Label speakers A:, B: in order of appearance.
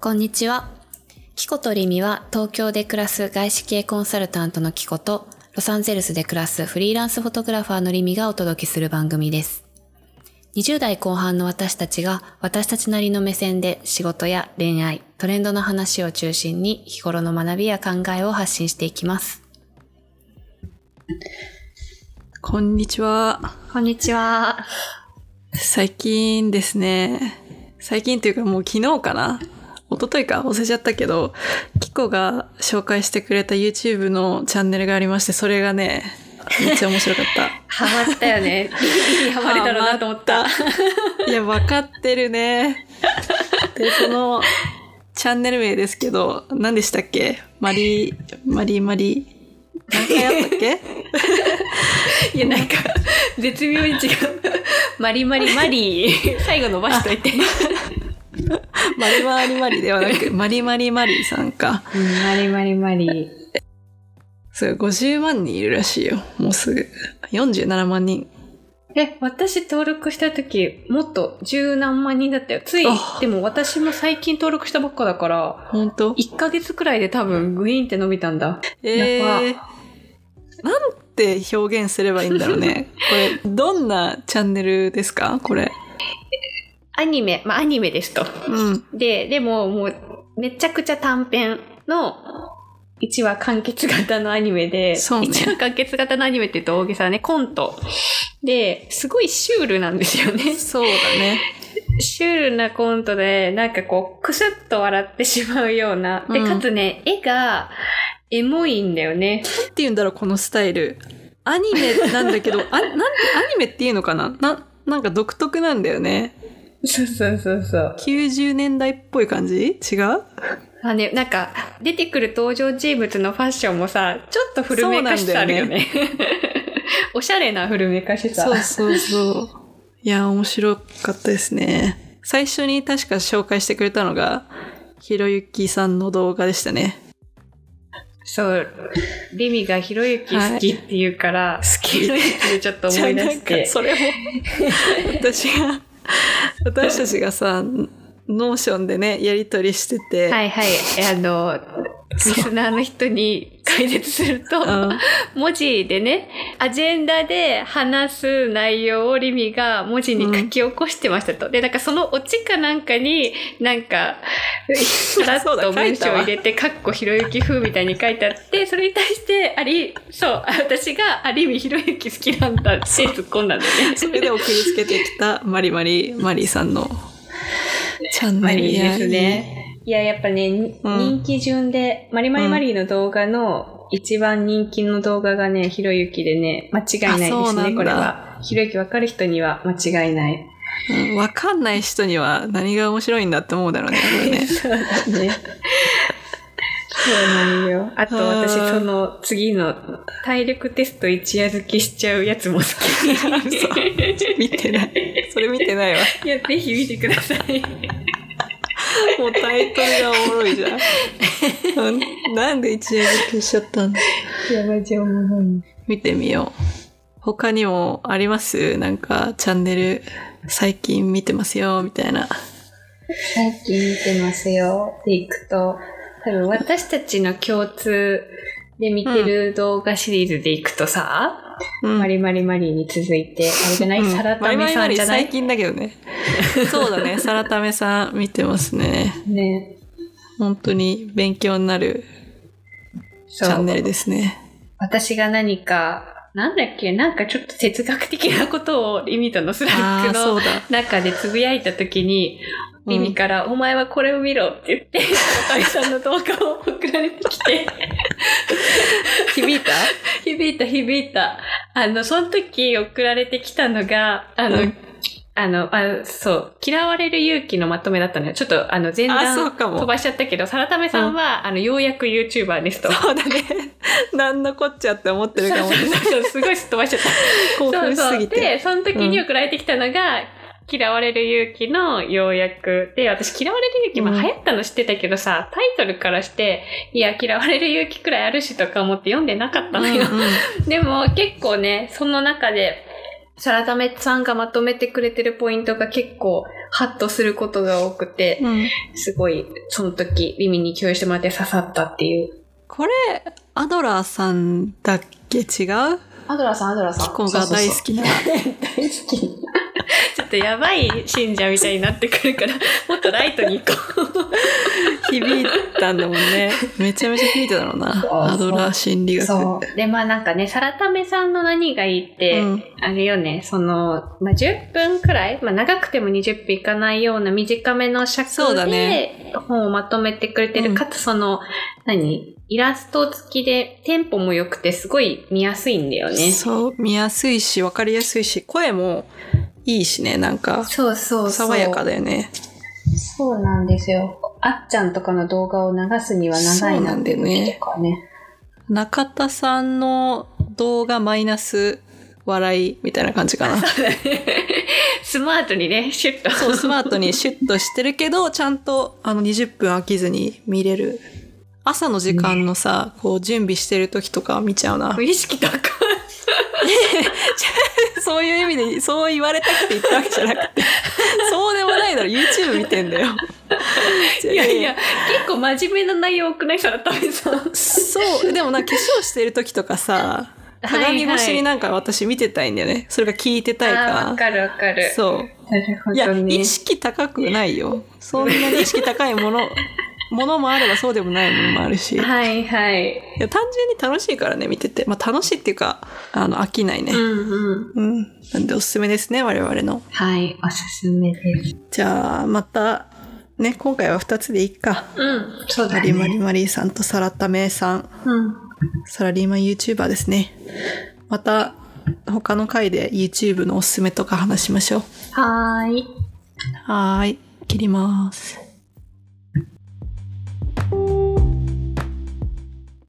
A: こんにちは。キコとリミは東京で暮らす外資系コンサルタントのキコとロサンゼルスで暮らすフリーランスフォトグラファーのリミがお届けする番組です。20代後半の私たちが私たちなりの目線で仕事や恋愛、トレンドの話を中心に日頃の学びや考えを発信していきます。
B: こんにちは。
A: こんにちは。
B: 最近ですね、最近というかもう昨日かな一昨日か忘れちゃったけど、キコが紹介してくれた YouTube のチャンネルがありまして、それがね、めっちゃ面白かった。
A: ハマったよね。いい ハマれたらなと思った。
B: いや、分かってるね。で、その、チャンネル名ですけど、何でしたっけマリー、マリーマリー。何回あったっけ
A: いや、なんか、絶妙に違う。マリマリマリ ー。最後伸ばしといて。
B: マリマリマリではなく、マリマリマリさんか。
A: うん、マリマリマリ。
B: そう、50万人いるらしいよ。もうすぐ。47万人。
A: え、私登録した時、もっと十何万人だったよ。つい、でも私も最近登録したばっかだから、
B: 本当
A: ?1 ヶ月くらいで多分グイーンって伸びたんだ。
B: えー、なんて表現すればいいんだろうね。これ、どんなチャンネルですかこれ。
A: アニメ、まあアニメですと。
B: うん、
A: で、でももう、めちゃくちゃ短編の、1話完結型のアニメで、
B: そうね、
A: 1話完結型のアニメって言うと大げさだね、コント。で、すごいシュールなんですよね。
B: そうだね。
A: シュールなコントで、なんかこう、くすっと笑ってしまうような。で、かつね、うん、絵が、エモいんだよね。
B: なんて言うんだろう、このスタイル。アニメなんだけど、あ、なんて、アニメっていうのかなな、なんか独特なんだよね。
A: そうそうそうそう。
B: 90年代っぽい感じ違う
A: あね、なんか、出てくる登場人物のファッションもさ、ちょっと古めかしさあるよね。よね おしゃれな古めかしさ。
B: そうそうそう。いや、面白かったですね。最初に確か紹介してくれたのが、ひろゆきさんの動画でしたね。
A: そう、リミがひろゆき好きって言うから、はい、
B: 好き。
A: ひろゆきでちょっと思い出して。
B: それも、私が、私たちがさ、ノーションでね、やりとりしてて。
A: はいはい。あの、リスナーの人に解説すると、うん、文字でね、アジェンダで話す内容をリミが文字に書き起こしてましたと。うん、で、なんかそのオチかなんかに、なんか、さらっと文章を入れて、かっこひろゆき風みたいに書いてあって、それに対して、あり、そう、私が、ありみひろゆき好きなんだって突っ込んだんだよ
B: ね。それで送りつけてきた、まりまりまりさんのチャンネル
A: ですね。いや、やっぱね、うん、人気順で、マリマリマリーの動画の一番人気の動画がね、ひろゆきでね、間違いないですね、これは。ひろゆきわかる人には間違い ない。
B: わ、うん、かんない人には何が面白いんだって思うだろうね、これ ね。
A: そうだね。そうなんよ。あと私、その次の体力テスト一夜漬けしちゃうやつも好き。
B: 見てない。それ見てないわ。
A: いや、ぜひ見てください。
B: もうタイトルがおもろいじゃん。 なんで一夜漬けしちゃったの
A: いや、マジおもろい。
B: 見てみよう。他にもありますなんか、チャンネル、最近見てますよ、みたいな。
A: 最近見てますよ、っていくと、多分私たちの共通で見てる動画シリーズでいくとさ、うん、マリマリマリに続いて、あれじゃない、うん、サラタメさんじゃない
B: 最近だけどね。 そうだね、サラタメさん見てますね。
A: ね。
B: 本当に勉強になるチャンネルですね。
A: 私が何かなんだっけ、なんかちょっと哲学的なことをリミとのスラックの中でつぶやいたときに、リミから、うん、お前はこれを見ろって言って、高井さんの動画を送られてき て。
B: 響いた
A: 響いた、響いた。あの、その時送られてきたのが、あの、うん、あの、あ、そう、嫌われる勇気のまとめだったのよ。ちょっと、あの、前段飛ばしちゃったけど、サラタメさんは、うん、あの、ようやく YouTuber ですと。
B: そうだね。 なんのこっちゃって思ってるかも
A: しれない。そうそうすごいすっ飛ばしちゃった。
B: 興奮しすぎて
A: そうそう。で、その時に送られてきたのが、うん、嫌われる勇気のようやく。で、私嫌われる勇気、まあ流行ったの知ってたけどさ、タイトルからして、いや、嫌われる勇気くらい あるしとか思って読んでなかったのよ。うんうん、でも結構ね、その中で、サラダメさんがまとめてくれてるポイントが結構ハッとすることが多くて、
B: うん。
A: すごいその時リミに共有してもらって刺さったっていう。
B: これ、アドラーさんだっけ違う
A: アドラーさん、アドラーさん。
B: キコが大好きな。
A: 大好き。 ちょっとやばい信者みたいになってくる から、もっとライトに行こ
B: 響いたんだもんね。めちゃめちゃ響いただろう
A: そう
B: な。アドラー心理
A: う。
B: 学。
A: そう。で、まあなんかね、サラタメさんの何がいいって、
B: うん
A: あれよね、その、まあ10分くらい、まあ長くても20分いかないような短めの尺
B: そうだ
A: で、
B: ね
A: 本をまとめてくれてる、
B: うん
A: かつその、何イラスト付きでテンポも良くてすごい見やすいんだよね。
B: そう、見やすいし、わかりやすいし、声もいいしね、なんか、
A: そうそうそう。
B: 爽やかだよね。
A: そうなんですよ。あっちゃんとかの動画を流すには長いなっていう時とかね。
B: 中田さんの動画マイナス笑いみたいな感じかな。
A: スマートにね、シュッと。
B: そう、スマートにシュッとしてるけど、ちゃんとあの20分飽きずに見れる。朝の時間のさ、こう準備してる時とか見ちゃうな。
A: 無意識 高い。
B: そういう意味で、そう言われたくて言ったわけじゃなくて。そうでもないだろ、YouTube 見てんだよ。
A: いやいや、結構真面目な内容多くないから、ためさん。
B: そう、でもなんか化粧してる時とかさ、鏡越しになんか私見てたいんだよね。それが聞いてたい
A: あー
B: か。
A: わかるわからる。
B: そう。
A: なるほ
B: いや、
A: どね
B: 意。識高くないよ。そんなに意識高いもの、 ものもあればそうでもないものもあるし。い
A: はいはい。
B: や単純に楽しいからね、見てて。まあ楽しいっていうか、あの、飽きないね
A: う。んうん。
B: うん。なんでおすすめですね、我々の。
A: はい、おすすめです。
B: じゃあ、また、ね、今回は2つでいいか。
A: うん、そう
B: マ
A: だ
B: リマ
A: ね。
B: リマリーさんとサラタメイさん。
A: うん。
B: サラリーマン YouTuber ですね。また、他の回で YouTube のおすすめとか話しましょう。
A: はーい。
B: はーい。切ります。